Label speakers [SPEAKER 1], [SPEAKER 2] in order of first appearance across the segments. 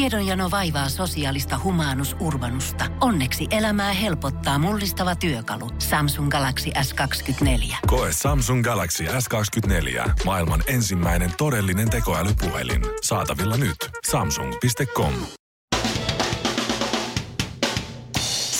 [SPEAKER 1] Tiedonjano vaivaa sosiaalista humanus urbanusta. Onneksi elämää helpottaa mullistava työkalu. Samsung Galaxy S24.
[SPEAKER 2] Koe Samsung Galaxy S24. Maailman ensimmäinen todellinen tekoälypuhelin. Saatavilla nyt. Samsung.com.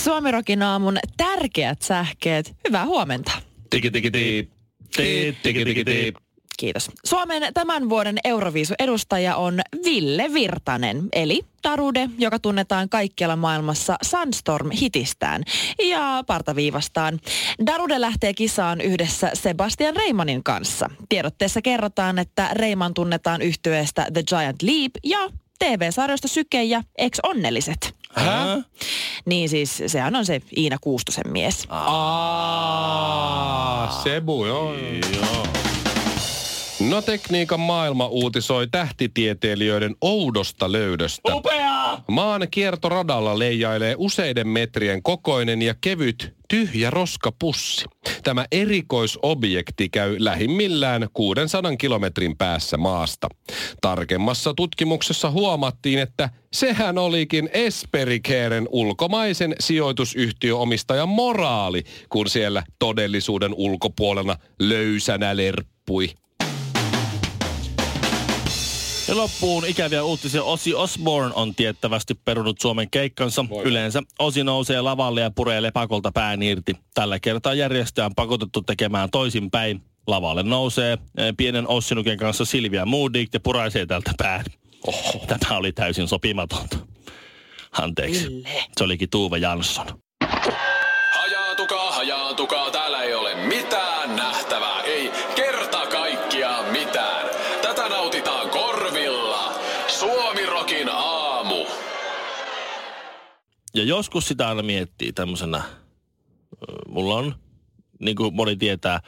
[SPEAKER 3] Suomirokin aamun tärkeät sähkeet. Hyvää huomenta.
[SPEAKER 4] Tiki tiki tiip. Tiip, tiki tiki tiip.
[SPEAKER 3] Kiitos. Suomen tämän vuoden Euroviisu-edustaja on Ville Virtanen, eli Tarude, joka tunnetaan kaikkialla maailmassa Sunstorm-hitistään ja partaviivastaan. Darude lähtee kisaan yhdessä Sebastian Reimanin kanssa. Tiedotteessa kerrotaan, että Reiman tunnetaan yhtyeestä The Giant Leap ja TV-sarjoista Syke ja Ex Onnelliset.
[SPEAKER 4] Hä?
[SPEAKER 3] Niin siis, sehän on se Iina Kuustosen mies.
[SPEAKER 4] Ah. Aa, Sebu, joo. joo. No tekniikan maailma uutisoi tähtitieteilijöiden oudosta löydöstä.
[SPEAKER 5] Upeaa!
[SPEAKER 4] Maan kiertoradalla leijailee useiden metrien kokoinen ja kevyt tyhjä roskapussi. Tämä erikoisobjekti käy lähimmillään 600 kilometrin päässä maasta. Tarkemmassa tutkimuksessa huomattiin, että sehän olikin Esperikeeren ulkomaisen sijoitusyhtiöomistajan moraali, kun siellä todellisuuden ulkopuolella löysänä lerppui.
[SPEAKER 5] Ja loppuun ikäviä uutisia. Osi Osborne on tiettävästi perunut Suomen keikkansa. Yleensä Osi nousee lavalle ja puree lepakolta pään irti. Tällä kertaa järjestäjä on pakotettu tekemään toisinpäin. Lavalle nousee eh, pienen Ossinuken kanssa Silvia Modig ja puraisee tältä pään. Oho. Tämä oli täysin sopimatonta. Anteeksi. Se olikin Tuuve Jansson.
[SPEAKER 6] Hajaantukaa, hajaantukaa, täällä ei ole mitään nähtävää, ei kerta kaikkiaan mitään. Tätä nautitaan korvilla. Suomirokin aamu.
[SPEAKER 5] Ja joskus sitä aina miettii tämmöisenä, ö, mulla on, niin kuin moni tietää,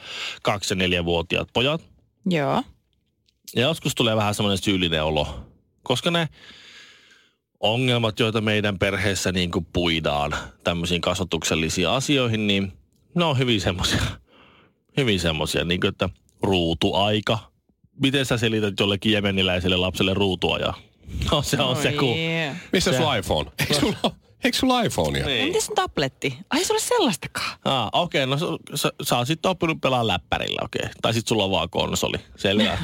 [SPEAKER 5] kaksi- ja neljävuotiaat pojat.
[SPEAKER 3] Joo.
[SPEAKER 5] Ja joskus tulee vähän semmoinen syyllinen olo, koska ne ongelmat, joita meidän perheessä niin kuin puidaan tämmöisiin kasvatuksellisiin asioihin, niin ne on hyvin semmoisia, hyvin semmoisia, niin kuin, että ruutuaika. Miten sä selität jollekin jemeniläiselle lapselle ruutuajaa? No se on se, kun...
[SPEAKER 4] Niin. Missä sun iPhone? Eikö sulla, eikö sulla iPhonea?
[SPEAKER 5] Niin.
[SPEAKER 3] Miten sun tabletti? Ai se ole sellaistakaan.
[SPEAKER 5] Ah, okei, okay, no sä- sä, sä oot sitten oppinut pelaa läppärillä, okei. Okay. Tai sit sulla on vaan konsoli. Selvä.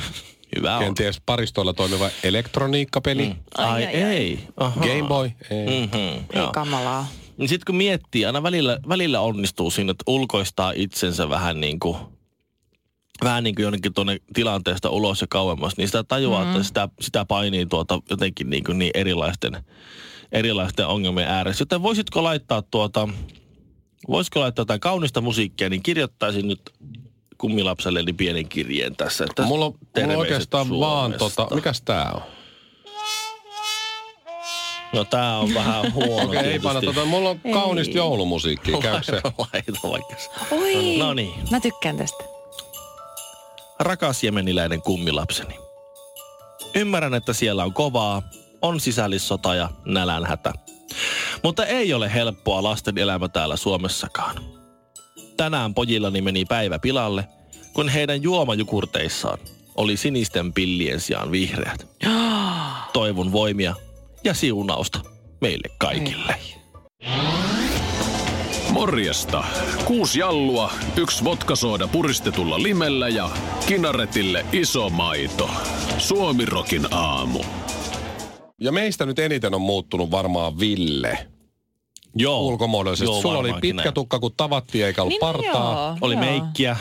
[SPEAKER 5] Hyvä on.
[SPEAKER 4] Kenties paristoilla toimiva elektroniikkapeli. Mm.
[SPEAKER 5] Ai,
[SPEAKER 3] Ai, ai,
[SPEAKER 5] ai, ei. Aha.
[SPEAKER 4] Game Boy. Ei.
[SPEAKER 5] Mm-hmm,
[SPEAKER 3] Ei kamalaa.
[SPEAKER 5] Niin sit kun miettii, aina välillä, välillä onnistuu siinä, että ulkoistaa itsensä vähän niin kuin, vähän niin kuin jonnekin tuonne tilanteesta ulos ja kauemmas, niin sitä tajuaa, mm-hmm. että sitä, sitä painii tuota jotenkin niin, kuin niin erilaisten, erilaisten ongelmien ääressä. Joten voisitko laittaa tuota, voisiko laittaa jotain kaunista musiikkia, niin kirjoittaisin nyt kummilapselleni pienen kirjeen tässä. Että
[SPEAKER 4] Mulla, on- mulla on
[SPEAKER 5] terveiset
[SPEAKER 4] oikeastaan vaan
[SPEAKER 5] Suomesta.
[SPEAKER 4] tota, mikäs tää on?
[SPEAKER 5] No tää on vähän huono
[SPEAKER 4] Okei, ei
[SPEAKER 5] tietysti.
[SPEAKER 4] panna tota, mulla on kaunista joulumusiikkia, käy se.
[SPEAKER 5] Laita vaikka se.
[SPEAKER 3] Oi.
[SPEAKER 5] No niin.
[SPEAKER 3] Mä tykkään tästä.
[SPEAKER 5] Rakas jemeniläinen kummilapseni. Ymmärrän, että siellä on kovaa, on sisällissota ja nälänhätä. Mutta ei ole helppoa lasten elämä täällä Suomessakaan. Tänään pojillani meni päivä pilalle, kun heidän juomajukurteissaan oli sinisten pillien sijaan vihreät.
[SPEAKER 3] Niin,
[SPEAKER 5] Toivon voimia ja siunausta meille kaikille.
[SPEAKER 6] Morjesta. Kuusi jallua, yksi vodkasooda puristetulla limellä ja kinaretille iso maito. Suomirokin aamu.
[SPEAKER 4] Ja meistä nyt eniten on muuttunut varmaan Ville
[SPEAKER 5] Joo.
[SPEAKER 4] ulkomuodollisesti.
[SPEAKER 5] Joo,
[SPEAKER 4] Sulla oli
[SPEAKER 5] varmaankin
[SPEAKER 4] pitkä
[SPEAKER 5] näin.
[SPEAKER 4] tukka, kun tavattiin, eikä ollut
[SPEAKER 3] Niin,
[SPEAKER 4] partaa.
[SPEAKER 3] joo.
[SPEAKER 5] Oli
[SPEAKER 3] Joo.
[SPEAKER 5] meikkiä.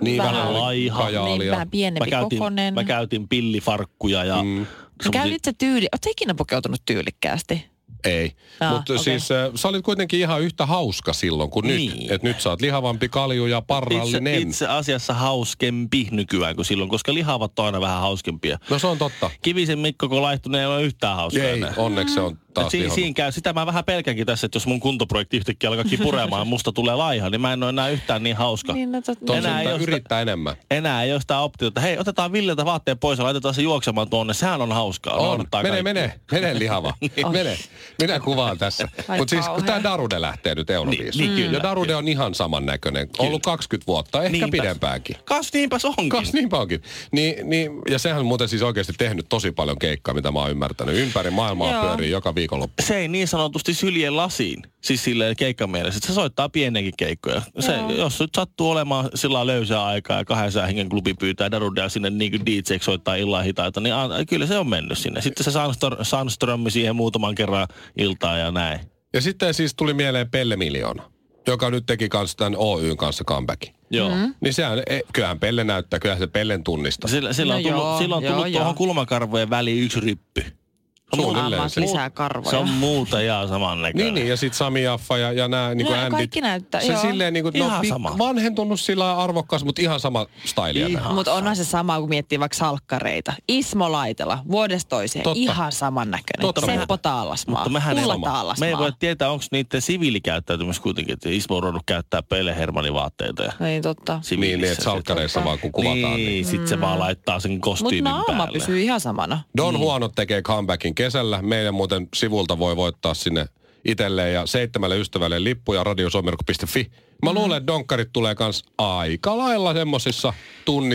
[SPEAKER 4] Niin
[SPEAKER 3] Vähän
[SPEAKER 4] vähän
[SPEAKER 5] laiha.
[SPEAKER 4] laiha.
[SPEAKER 3] Niin, vähän
[SPEAKER 5] Mä
[SPEAKER 3] pienempi
[SPEAKER 5] käytin,
[SPEAKER 3] kokonen.
[SPEAKER 5] mä käytin pillifarkkuja ja... Mm.
[SPEAKER 3] No Käytit sä tyyli... Oletko ikinä pukeutunut tyylikkäästi?
[SPEAKER 4] Ei.
[SPEAKER 3] Aa,
[SPEAKER 4] Mutta
[SPEAKER 3] okei.
[SPEAKER 4] siis äh, sä olit kuitenkin ihan yhtä hauska silloin kuin nyt.
[SPEAKER 5] Niin.
[SPEAKER 4] Että nyt sä oot lihavampi kalju ja
[SPEAKER 5] itse,
[SPEAKER 4] parrallinen.
[SPEAKER 5] itse asiassa hauskempi nykyään kuin silloin, koska lihavat on aina vähän hauskempia.
[SPEAKER 4] No se on totta.
[SPEAKER 5] Kivisen Mikko, kun laihtui, ne ei ole yhtään hauskaa
[SPEAKER 4] Ei,
[SPEAKER 5] enää.
[SPEAKER 4] onneksi se on taas
[SPEAKER 5] si-
[SPEAKER 4] si-
[SPEAKER 5] siinä käy. Sitä mä vähän pelkäänkin tässä, että jos mun kuntoprojekti yhtäkkiä alkaakin puremaan, musta tulee laiha, niin mä en ole enää yhtään niin hauska.
[SPEAKER 3] Niin, no, tot...
[SPEAKER 5] Tosi.
[SPEAKER 3] Enää.
[SPEAKER 5] enää ei ole sitä-
[SPEAKER 4] yrittää enemmän.
[SPEAKER 5] Enää ei ole sitä optiota, että hei, otetaan Villeltä vaatteet pois ja laitetaan se juoksemaan tuonne. Sehän on hauskaa.
[SPEAKER 4] On.
[SPEAKER 5] Naurattaa
[SPEAKER 4] Mene,
[SPEAKER 5] kaikkia.
[SPEAKER 4] mene, mene lihava.
[SPEAKER 5] Niin.
[SPEAKER 4] mene. Minä kuvaan tässä.
[SPEAKER 3] Ai
[SPEAKER 4] Mutta siis kun
[SPEAKER 3] kauhea.
[SPEAKER 4] tämä Darude lähtee nyt Euroviisuun.
[SPEAKER 5] Niin, niin kyllä,
[SPEAKER 4] ja Darude on ihan samannäköinen. Ollut 20 vuotta, ehkä
[SPEAKER 5] Niinpä.
[SPEAKER 4] pidempäänkin.
[SPEAKER 5] Kas niinpäs onkin.
[SPEAKER 4] Kas niinpä onkin. Niin, niin, ja sehän on muuten siis oikeasti tehnyt tosi paljon keikkaa, mitä mä oon ymmärtänyt. Ympäri maailmaa
[SPEAKER 3] Joo.
[SPEAKER 4] pyörii joka viikonloppu.
[SPEAKER 5] se ei niin sanotusti sylje lasiin, siis silleen keikkamielessä. että Se soittaa pienenkin keikkoja. Se, jos nyt sattuu olemaan sillä lailla löysää aikaa ja 200 hengen klubi pyytää Darudea sinne niin kuin DJ soittaa illan hitaita, niin a, kyllä se on mennyt sinne. Sitten se Sandstor, Sandström siihen muutaman kerran iltaa ja näin.
[SPEAKER 4] Ja sitten siis tuli mieleen Pelle Miljoona, joka nyt teki kanssa tämän Oyn kanssa comebackin.
[SPEAKER 5] Joo.
[SPEAKER 3] Mm-hmm.
[SPEAKER 5] Mm.
[SPEAKER 4] Niin sehän, e, kyllähän Pelle näyttää, kyllähän se Pellen tunnistaa.
[SPEAKER 5] Sillä, sillä on
[SPEAKER 3] No
[SPEAKER 5] tullut,
[SPEAKER 3] joo,
[SPEAKER 5] sillä on
[SPEAKER 3] joo,
[SPEAKER 5] tullut tuohon
[SPEAKER 3] joo.
[SPEAKER 5] kulmakarvojen väliin yksi ryppy. Se on
[SPEAKER 4] Suunnilleen
[SPEAKER 5] muuta-
[SPEAKER 4] se.
[SPEAKER 3] lisää karvoja.
[SPEAKER 5] Se on muuta ja saman
[SPEAKER 4] Niin,
[SPEAKER 5] näköinen.
[SPEAKER 4] niin, ja sitten Sami Jaffa ja, ja nämä niin kuin
[SPEAKER 3] Nää
[SPEAKER 4] Andyt.
[SPEAKER 3] kaikki näyttää,
[SPEAKER 4] se
[SPEAKER 3] joo.
[SPEAKER 4] silleen niin kuin, no,
[SPEAKER 5] Ihan
[SPEAKER 4] pik-
[SPEAKER 5] sama.
[SPEAKER 4] vanhentunut sillä lailla arvokkaasti, mutta ihan sama stailia. näin.
[SPEAKER 3] Mutta onhan se sama, kun miettii vaikka salkkareita. Ismo Laitela, vuodesta toiseen,
[SPEAKER 4] Totta.
[SPEAKER 3] ihan samannäköinen.
[SPEAKER 4] Totta.
[SPEAKER 3] Totta Seppo Taalasmaa,
[SPEAKER 5] Mutta mehän ei,
[SPEAKER 3] Ulla
[SPEAKER 5] me
[SPEAKER 3] Taalasmaa.
[SPEAKER 5] ei voi tietää, onko niiden siviilikäyttäytymys kuitenkin, että Ismo on ruvennut käyttää Pele Hermanin vaatteita ja
[SPEAKER 3] Ei totta.
[SPEAKER 4] Niin,
[SPEAKER 5] siviilissä.
[SPEAKER 4] niin, että salkkareissa vaan kun kuvataan.
[SPEAKER 5] Niin,
[SPEAKER 4] Niin.
[SPEAKER 5] niin. sit se vaan laittaa sen
[SPEAKER 3] Mutta
[SPEAKER 5] kostiimin
[SPEAKER 3] naama
[SPEAKER 5] päälle.
[SPEAKER 3] pysyy ihan samana.
[SPEAKER 4] Don
[SPEAKER 5] Niin.
[SPEAKER 4] mm. Huonot tekee comebackin kesällä. Meidän muuten sivulta voi voittaa sinne itselleen ja seitsemälle ystävälle lippuja radiosomerku.fi. Mä
[SPEAKER 3] Mm.
[SPEAKER 4] luulen, että donkkarit tulee kans aika lailla semmosissa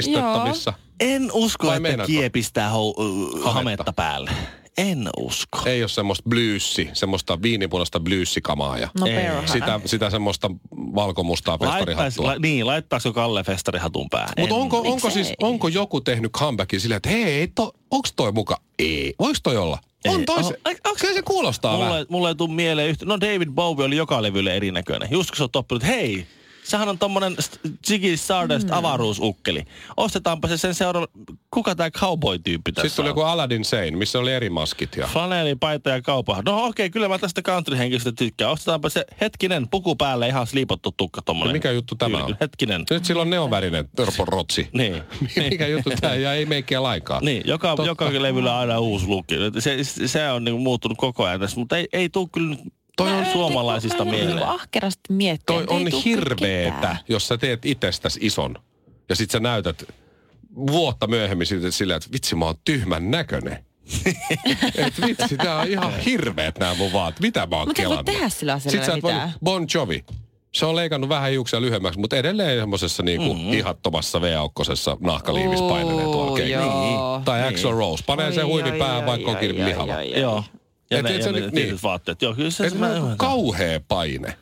[SPEAKER 4] tunnistettavissa.
[SPEAKER 5] En usko,
[SPEAKER 4] Vai
[SPEAKER 5] että
[SPEAKER 4] meinaatko?
[SPEAKER 5] kiepistää hou-
[SPEAKER 4] Hametta.
[SPEAKER 5] hametta päälle. En usko.
[SPEAKER 4] Ei ole semmoista blyyssi, semmoista viinipunasta blyyssikamaa ja
[SPEAKER 3] No
[SPEAKER 5] Ei.
[SPEAKER 3] perhana.
[SPEAKER 4] sitä, sitä semmoista valkomustaa
[SPEAKER 5] Laittaisi,
[SPEAKER 4] pestarihattua.
[SPEAKER 5] la, niin, laittaisiko Kalle festarihatun päähän?
[SPEAKER 4] Mutta
[SPEAKER 5] En-
[SPEAKER 4] onko, onko,
[SPEAKER 3] Miksei?
[SPEAKER 4] siis, onko joku tehnyt comebackin silleen, että hei, to, onks toi muka? Ei. Voiko toi olla? On
[SPEAKER 5] Ei.
[SPEAKER 4] toi se.
[SPEAKER 5] Oho. Ai, onks-
[SPEAKER 4] Kyllä se kuulostaa vähän.
[SPEAKER 5] Mulle, mulle ei tule mieleen yhtä. No David Bowie oli joka levylle erinäköinen. Just kun sä oot oppinut, hei, sehän on tommonen st- Ziggy Stardust
[SPEAKER 3] Mm.
[SPEAKER 5] avaruusukkeli. Ostetaanpa se sen seuraava, kuka tää cowboy-tyyppi tässä
[SPEAKER 4] Sitten tuli
[SPEAKER 5] on?
[SPEAKER 4] joku Aladdin Sane, missä oli eri maskit ja...
[SPEAKER 5] Flaneli, paita ja kaupahan. No okei, kyllä mä tästä country-henkistä tykkään. Ostetaanpa se hetkinen puku päälle ihan slipottu tukka tommonen.
[SPEAKER 4] No mikä juttu tämä
[SPEAKER 5] Tyyli-
[SPEAKER 4] on?
[SPEAKER 5] Hetkinen.
[SPEAKER 4] Nyt sillä on neonvärinen Törpon rotsi.
[SPEAKER 5] Niin.
[SPEAKER 4] Mikä juttu tää ja ei meikkiä lainkaan.
[SPEAKER 5] Niin, joka, joka levyllä on aina uusi lukki. Se, se- se on niinku muuttunut koko ajan tässä, mutta ei, ei tuu kyllä nyt toi on suomalaisista
[SPEAKER 3] Niin
[SPEAKER 5] mieleen.
[SPEAKER 3] ahkerasti miettiä.
[SPEAKER 4] Toi
[SPEAKER 3] et ei
[SPEAKER 4] on
[SPEAKER 3] tuu kyllä
[SPEAKER 4] hirveetä,
[SPEAKER 3] ketään.
[SPEAKER 4] jos sä teet itsestäs ison ja sit sä näytät vuotta myöhemmin siltä sillä, että vitsi mä oon tyhmän näköinen. Et vitsi, tää on ihan hirveet nämä mun vaat. Mitä mä oon
[SPEAKER 3] Mut ei voi
[SPEAKER 4] kelannut?
[SPEAKER 3] tehdä sillä asialla
[SPEAKER 4] Sit sä oot
[SPEAKER 3] mitään.
[SPEAKER 4] voinut- Bon Jovi. Se on leikannut vähän hiuksia lyhyemmäksi, mutta edelleen semmoisessa niinku mm-hmm. ihattomassa V-aukkosessa nahkaliivissä painelee tuolla
[SPEAKER 3] Oo,
[SPEAKER 4] keikalla.
[SPEAKER 3] joo.
[SPEAKER 4] Tai niin. Rose. Panee sen
[SPEAKER 3] Oi,
[SPEAKER 4] huivin
[SPEAKER 3] oi,
[SPEAKER 4] päähän,
[SPEAKER 3] oi,
[SPEAKER 4] vaikka
[SPEAKER 3] oi,
[SPEAKER 4] onkin
[SPEAKER 3] oi,
[SPEAKER 4] lihava.
[SPEAKER 3] oi, oi.
[SPEAKER 5] Joo. Ja
[SPEAKER 4] Et
[SPEAKER 5] ne,
[SPEAKER 4] et
[SPEAKER 5] ja
[SPEAKER 4] sä
[SPEAKER 5] ne
[SPEAKER 4] nyt-
[SPEAKER 5] tietyt
[SPEAKER 4] niin.
[SPEAKER 5] vaatteet. Joo, kyllä se,
[SPEAKER 4] Et
[SPEAKER 5] se
[SPEAKER 4] mä
[SPEAKER 5] mä ymmärrän.
[SPEAKER 4] kauhea paine.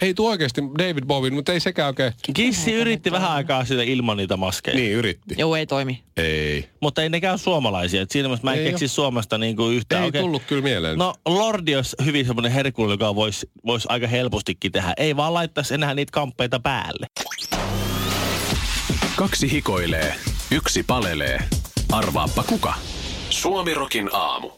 [SPEAKER 4] Ei tuo oikeasti David Bowie, mutta ei sekään oikein.
[SPEAKER 5] Kissi yritti vähän aikaa sille ilman niitä maskeja.
[SPEAKER 4] Niin yritti.
[SPEAKER 3] Joo, ei toimi.
[SPEAKER 4] Ei.
[SPEAKER 5] Mutta ei nekään ole suomalaisia. Et siinä mielessä mä en
[SPEAKER 4] Ei
[SPEAKER 5] keksi
[SPEAKER 4] oo.
[SPEAKER 5] Suomesta niinku yhtään.
[SPEAKER 4] Ei
[SPEAKER 5] Okei.
[SPEAKER 4] tullut kyllä mieleen.
[SPEAKER 5] No Lordi olisi hyvin semmoinen herkullinen, joka voisi vois aika helpostikin tehdä. Ei vaan laittaisi enää niitä kamppeita päälle.
[SPEAKER 6] Kaksi hikoilee, yksi palelee. Arvaappa kuka? Suomirokin aamu.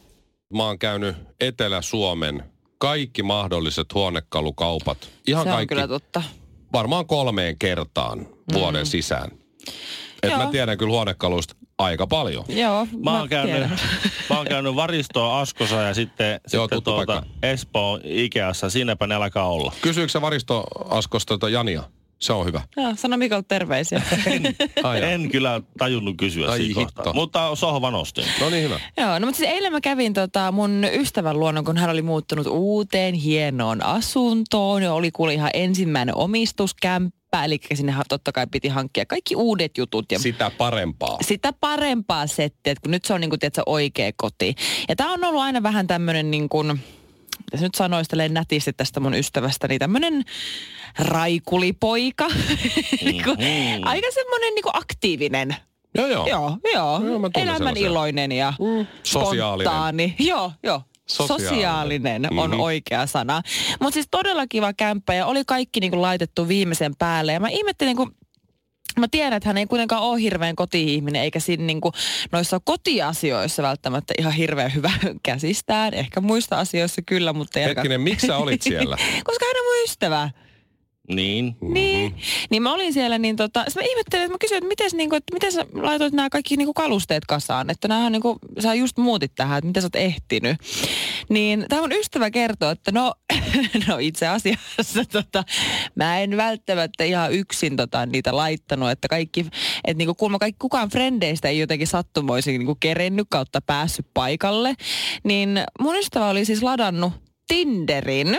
[SPEAKER 4] Mä oon käynyt Etelä-Suomen kaikki mahdolliset huonekalukaupat. Ihan
[SPEAKER 3] Se on
[SPEAKER 4] kaikki.
[SPEAKER 3] kyllä totta. Mm.
[SPEAKER 4] varmaan kolmeen kertaan vuoden sisään. Et mä
[SPEAKER 3] Joo.
[SPEAKER 4] tiedän kyllä huonekaluista aika paljon.
[SPEAKER 3] Joo,
[SPEAKER 5] Mä oon käynyt,
[SPEAKER 3] tiedän.
[SPEAKER 5] mä oon käynyt varistoa Askossa ja sitten,
[SPEAKER 4] Joo,
[SPEAKER 5] sitten
[SPEAKER 4] tuttu
[SPEAKER 5] tuota
[SPEAKER 4] paikka.
[SPEAKER 5] Espoon Ikeassa. Siinäpä ne alkaa olla.
[SPEAKER 4] Kysyykö sä Varisto Askosta tota Jania? Se on hyvä.
[SPEAKER 3] Joo, sano Mikolle terveisiä.
[SPEAKER 4] Ai joo.
[SPEAKER 5] en kyllä tajunnut kysyä
[SPEAKER 4] Ai
[SPEAKER 5] siitä
[SPEAKER 4] hitto.
[SPEAKER 5] kohtaa. Mutta sohvan ostin.
[SPEAKER 4] No niin hyvä.
[SPEAKER 3] Joo, no mutta siis eilen mä kävin tota mun ystävän luona, kun hän oli muuttunut uuteen hienoon asuntoon. Ja oli kuule ihan ensimmäinen omistuskämppä, eli sinne ha- totta kai piti hankkia kaikki uudet jutut. Ja
[SPEAKER 4] Sitä parempaa.
[SPEAKER 3] sitä parempaa settiä, että kun nyt se on niin kuin, tiedätkö, oikea koti. Ja tämä on ollut aina vähän tämmöinen niin kuin, jos nyt sanoisi tälleen nätisti tästä mun ystävästä, niin tämmöinen raikulipoika. Mm-hmm. Aika semmoinen niin kuin aktiivinen.
[SPEAKER 4] Joo joo.
[SPEAKER 3] Joo, joo.
[SPEAKER 4] Joo, mä tunnen
[SPEAKER 3] Elämän
[SPEAKER 4] sellaisia.
[SPEAKER 3] iloinen ja mm.
[SPEAKER 4] Sosiaalinen.
[SPEAKER 3] spontaani. Joo, joo.
[SPEAKER 4] Sosiaalinen.
[SPEAKER 3] Sosiaalinen, Sosiaalinen on
[SPEAKER 4] Mhm.
[SPEAKER 3] mm-hmm. oikea sana. Mutta siis todella kiva kämppä ja oli kaikki niinku laitettu viimeisen päälle. Ja mä ihmettelin, kun mä tiedän, että hän ei kuitenkaan ole hirveän koti-ihminen, eikä siinä niinku noissa kotiasioissa välttämättä ihan hirveän hyvä käsistään. Ehkä muista asioissa kyllä, mutta ei ainakaan-
[SPEAKER 4] Hetkinen, miksi sä olit siellä?
[SPEAKER 3] Koska hän on mun ystävä.
[SPEAKER 5] Niin.
[SPEAKER 3] Niin, niin mä olin siellä, niin tota, sit mä ihmettelin, että mä kysyin, että miten, niinku, että miten sä laitoit nämä kaikki niinku kalusteet kasaan, että näähän niinku, sä just muutit tähän, että miten sä oot ehtinyt. Niin tämä mun ystävä kertoo, että no, no itse asiassa tota, mä en välttämättä ihan yksin tota, niitä laittanut, että kaikki, että niinku, kuulemma kaikki, kukaan frendeistä ei jotenkin sattumoisin niinku kerennyt kautta päässyt paikalle, niin mun ystävä oli siis ladannut Tinderin,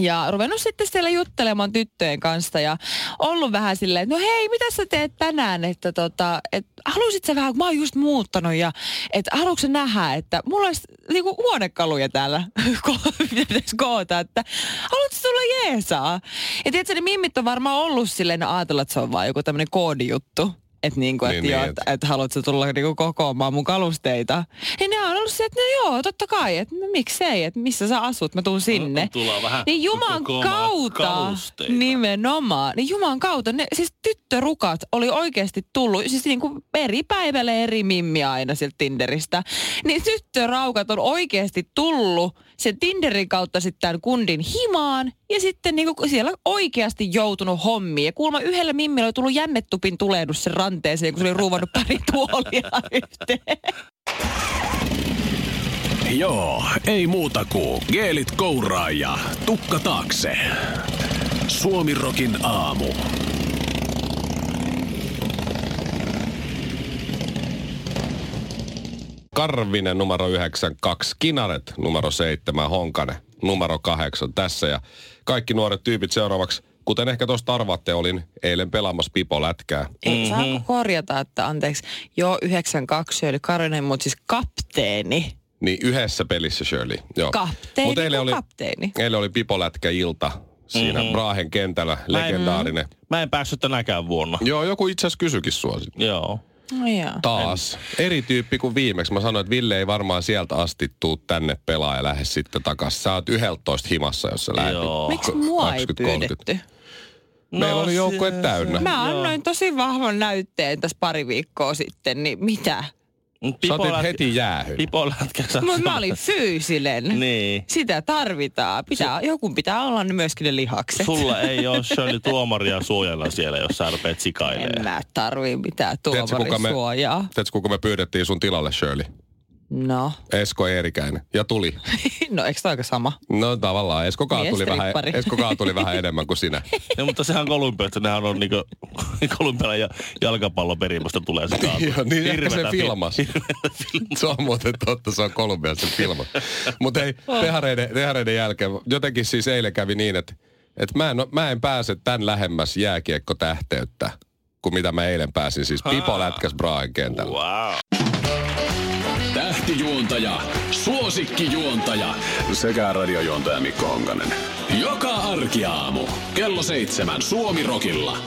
[SPEAKER 3] ja ruvennut sitten siellä juttelemaan tyttöjen kanssa ja ollut vähän silleen, että no hei, mitä sä teet tänään, että tota, et, haluaisit sä vähän, kun mä oon just muuttanut ja että haluatko sä nähdä, että mulla olisi niinku huonekaluja täällä, ko- mitä pitäisi koota, että haluatko sä tulla jeesaa? Ja tiedätkö, ne mimmit on varmaan ollut silleen, no ajatella, että se on vaan joku tämmöinen koodijuttu. Että niinku, et
[SPEAKER 4] Niin,
[SPEAKER 3] niin,
[SPEAKER 4] niin,
[SPEAKER 3] joo,
[SPEAKER 4] et-
[SPEAKER 3] että et haluatko sä tulla niinku kokoamaan mun kalusteita. Ja ne on ollut se, että no joo, totta kai, että no, miksei, että missä sä asut, mä tuun sinne.
[SPEAKER 5] Tullaan vähän
[SPEAKER 3] Niin Juman
[SPEAKER 5] kokoamaan
[SPEAKER 3] kautta,
[SPEAKER 5] kalusteita.
[SPEAKER 3] nimenomaan. Niin Juman kautta, ne, siis tyttörukat oli oikeasti tullut, siis niin kuin eri päivällä eri mimmi aina sieltä Tinderistä. Niin tyttöraukat on oikeasti tullut sen Tinderin kautta sitten tämän kundin himaan. Ja sitten niin kuin siellä oikeasti joutunut hommiin. Ja kuulemma yhdellä mimmillä oli tullut jännetupin tulehdus sen ranteeseen, kun se oli ruuvannut pari tuolia yhteen.
[SPEAKER 6] Joo, ei muuta kuin geelit kouraa ja tukka taakse. Suomirokin aamu.
[SPEAKER 4] Karvinen numero 92, Kinaret numero 7, Honkanen numero 8 tässä. Ja kaikki nuoret tyypit seuraavaksi, kuten ehkä tuosta arvaatte, olin eilen pelaamassa pipolätkää.
[SPEAKER 3] Mm-hmm. Saanko korjata, että anteeksi, joo 92 oli Karinen, mutta siis kapteeni.
[SPEAKER 4] Niin yhdessä pelissä Shirley. Joo.
[SPEAKER 3] Kapteeni
[SPEAKER 4] Mut eilen
[SPEAKER 3] kuin
[SPEAKER 4] oli,
[SPEAKER 3] kapteeni. Mhm.
[SPEAKER 4] Eilen oli pipolätkäilta siinä mm-hmm. Raahen kentällä,
[SPEAKER 3] no.
[SPEAKER 4] legendaarinen.
[SPEAKER 5] Mä en päässyt tänäkään vuonna.
[SPEAKER 4] Joo, joku itse asiassa kysyikin sua sit.
[SPEAKER 5] Joo.
[SPEAKER 3] No joo.
[SPEAKER 4] Taas. Eri tyyppi kuin viimeksi. Mä sanoin, että Ville ei varmaan sieltä asti tuu tänne pelaa ja lähde sitten takas. Sä oot 11 himassa, jos sä lähdet.
[SPEAKER 5] Joo.
[SPEAKER 3] Miksi mua ei
[SPEAKER 4] 20-30.
[SPEAKER 3] pyydetty?
[SPEAKER 4] Meillä oli joukkue
[SPEAKER 5] No se-
[SPEAKER 4] täynnä.
[SPEAKER 3] Mä annoin tosi vahvan näytteen tässä pari viikkoa sitten, niin mitä?
[SPEAKER 4] Sä otit
[SPEAKER 5] Pipolätkä-
[SPEAKER 4] heti jäähyn.
[SPEAKER 5] Pipolätkä sä-
[SPEAKER 3] Mutta mä olin fyysinen.
[SPEAKER 5] Niin.
[SPEAKER 3] Sitä tarvitaan. Pitää, joku pitää olla ne myöskin ne lihakset.
[SPEAKER 5] Sulla ei ole Shirley tuomaria suojella siellä, jos sä rupeat
[SPEAKER 3] En
[SPEAKER 5] sikailemaan.
[SPEAKER 3] mä tarvii mitään
[SPEAKER 4] Tiedätkö, kuka me-
[SPEAKER 3] tuomarisuojaa. Me...
[SPEAKER 4] Tiedätkö, kuka me pyydettiin sun tilalle, Shirley?
[SPEAKER 3] No.
[SPEAKER 4] Esko Eerikäinen. Ja tuli.
[SPEAKER 3] no eikö tää aika sama?
[SPEAKER 4] No tavallaan. Esko
[SPEAKER 3] Mies
[SPEAKER 4] kaatuli vähän,
[SPEAKER 3] strippari.
[SPEAKER 4] Esko kaatuli vähän enemmän kuin sinä.
[SPEAKER 5] No, mutta sehän on Kolumbia, että nehän on niinku Kolumbialla ja jalkapallon perimästä tulee se kaatu.
[SPEAKER 4] Joo, niin ehkä se
[SPEAKER 5] Hirvetä fi-
[SPEAKER 4] filmas. se on muuten totta, se on Kolumbian se filma. Mutta ei, tehareiden, tehareiden jälkeen, jotenkin siis eilen kävi niin, että et mä, en, oo- mä en pääse tämän lähemmäs jääkiekko tähteyttä kuin mitä mä eilen pääsin. Siis Pipo lätkäs Braen kentällä.
[SPEAKER 5] Wow.
[SPEAKER 6] Tähtijuontaja, suosikkijuontaja sekä radiojuontaja Mikko Honkanen. Joka arkiaamu kello seitsemän Suomirokilla.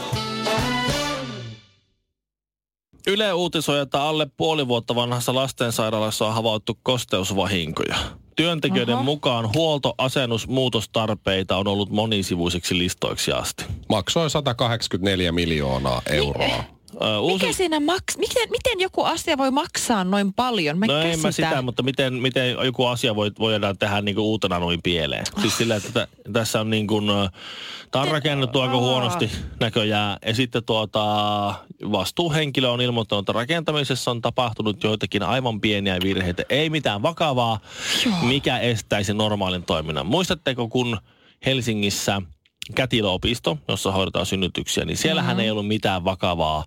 [SPEAKER 5] Yle uutisoi, että alle puoli vuotta vanhassa lastensairaalassa on havaittu kosteusvahinkoja. Työntekijöiden Aha. mukaan huolto, asennus, muutostarpeita on ollut monisivuisiksi listoiksi asti.
[SPEAKER 4] Maksoi 184 miljoonaa euroa.
[SPEAKER 5] Ö, uusi-
[SPEAKER 3] Mikä siinä maks... Miten, miten joku asia voi maksaa noin paljon? Mä en
[SPEAKER 5] No en mä
[SPEAKER 3] käsitä.
[SPEAKER 5] sitä, mutta miten, miten joku asia voi, voidaan tehdä niin kuin uutena noin pieleen. Siis sillä, että tä, tässä on niin kuin, ö, tää on rakennettu aika huonosti näköjään. Ja sitten tuota, vastuuhenkilö on ilmoittanut, että rakentamisessa on tapahtunut joitakin aivan pieniä virheitä. Ei mitään vakavaa, Joo. mikä estäisi normaalin toiminnan. Muistatteko, kun Helsingissä kätilöopisto, jossa hoidetaan synnytyksiä, niin siellähän mm-hmm. ei ollut mitään vakavaa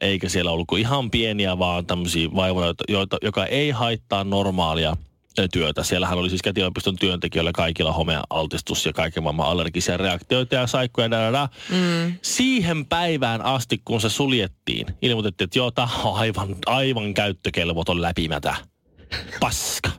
[SPEAKER 5] eikä siellä ollut kuin ihan pieniä vaan tämmöisiä vaivoja, joita- joita, joka ei haittaa normaalia ö, työtä. Siellähän oli siis kätilöopiston työntekijöillä kaikilla homealtistus ja kaiken maailman allergisia reaktioita ja saikkuja. Nää, nää. Mm. Siihen päivään asti, kun se suljettiin, ilmoitettiin, että joo, tämä on aivan, aivan käyttökelvoton läpimätä. Paska.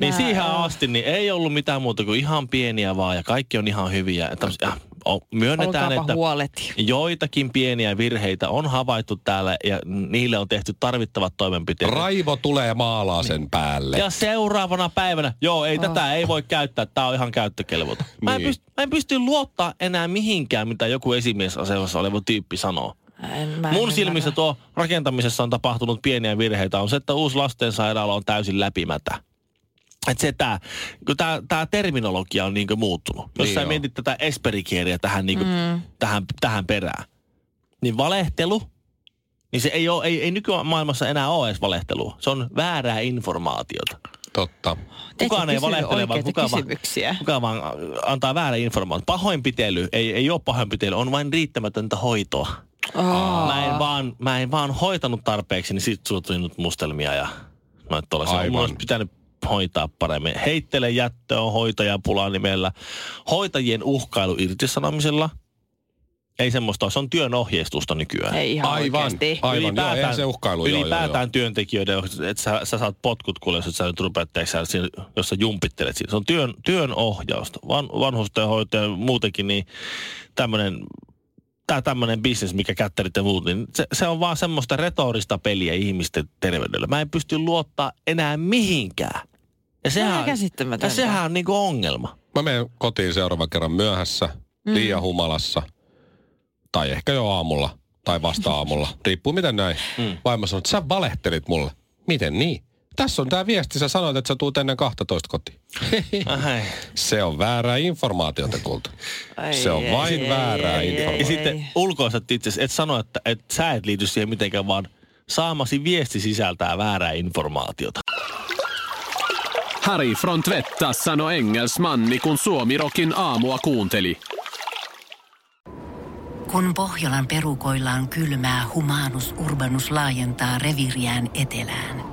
[SPEAKER 5] niin siihen asti niin ei ollut mitään muuta kuin ihan pieniä vaan ja kaikki on ihan hyviä. Että, äh, on- myönnetään,
[SPEAKER 3] Olkaapa
[SPEAKER 5] että
[SPEAKER 3] huoleti.
[SPEAKER 5] joitakin pieniä virheitä on havaittu täällä ja niille on tehty tarvittavat toimenpiteet.
[SPEAKER 4] Raivo tulee maalaa sen päälle.
[SPEAKER 5] ja seuraavana päivänä, joo, ei tätä ei voi käyttää, tämä on ihan käyttökelvoton. Mä, en
[SPEAKER 4] Niin.
[SPEAKER 5] pysty, mä en pysty luottaa enää mihinkään, mitä joku esimiesasemassa oleva tyyppi sanoo.
[SPEAKER 3] En, mä en
[SPEAKER 5] Mun
[SPEAKER 3] ymmärrä.
[SPEAKER 5] silmissä tuo rakentamisessa on tapahtunut pieniä virheitä on se, että uusi lastensairaala on täysin läpimätä. että se tää, kun tää, tää terminologia on niinku muuttunut. Jos
[SPEAKER 4] Niin
[SPEAKER 5] sä
[SPEAKER 4] on.
[SPEAKER 5] mietit tätä esperikeeriä tähän, niinku, mm. tähän, tähän perään, niin valehtelu, niin se ei, oo, ei, ei nykymaailmassa enää ole edes valehtelua. Se on väärää informaatiota.
[SPEAKER 4] Totta.
[SPEAKER 5] Kukaan ei valehtele, vaan kukaan vaan,
[SPEAKER 3] kysymyksiä.
[SPEAKER 5] kukaan vaan äh, antaa väärä informaatio. Pahoinpitely ei, ei ole pahoinpitely, on vain riittämätöntä hoitoa.
[SPEAKER 3] Oh.
[SPEAKER 5] Mä en, vaan, mä en vaan hoitanut tarpeeksi, niin sit suutui nyt mustelmia ja noit tuollaisia.
[SPEAKER 4] Aivan.
[SPEAKER 5] Mulla olisi pitänyt hoitaa paremmin. Heittele jättö on hoitajapula nimellä. Hoitajien uhkailu irtisanomisella. Ei semmoista ole. Se on työn ohjeistusta nykyään.
[SPEAKER 3] Ei ihan
[SPEAKER 4] Aivan.
[SPEAKER 3] oikeasti.
[SPEAKER 4] Aivan, joo, eihän se uhkailu, joo, joo,
[SPEAKER 5] ylipäätään työntekijöiden, ohje- että sä, sä saat potkut kuule, jos et sä nyt rupeat teksään, jos sä jumpittelet siinä. Se on työn, työn ohjausta. Van, vanhustenhoito ja muutenkin, niin tämmöinen tämä tämmöinen bisnes, mikä kättärit ja muut, niin se, se, on vaan semmoista retorista peliä ihmisten terveydellä. Mä en pysty luottaa enää mihinkään. Ja
[SPEAKER 3] ihan
[SPEAKER 5] sehän,
[SPEAKER 3] käsittämätöntä.
[SPEAKER 5] ja sehän on niinku ongelma.
[SPEAKER 4] Mä menen kotiin seuraavan kerran myöhässä, mm. liian humalassa, tai ehkä jo aamulla, tai vasta aamulla, riippuu miten näin. Mm. Vaimo sanoi, että sä valehtelit mulle. Miten niin? Tässä on tämä viesti, sä sanoit, että sä tuut ennen 12 kotiin.
[SPEAKER 5] Ai.
[SPEAKER 4] Se on väärää informaatiota kulta.
[SPEAKER 3] Ai,
[SPEAKER 4] Se on
[SPEAKER 3] ei,
[SPEAKER 4] vain
[SPEAKER 3] ei,
[SPEAKER 4] väärää
[SPEAKER 3] ei, ei,
[SPEAKER 5] Ja
[SPEAKER 4] informaatiota.
[SPEAKER 5] sitten ulkoistat itse, et sano, että et sä et liity siihen mitenkään, vaan saamasi viesti sisältää väärää informaatiota.
[SPEAKER 6] Harry Frontvettas sanoi engelsmanni, kun Suomirokin aamua kuunteli.
[SPEAKER 1] Kun Pohjolan perukoillaan kylmää, humanus urbanus laajentaa reviriään etelään.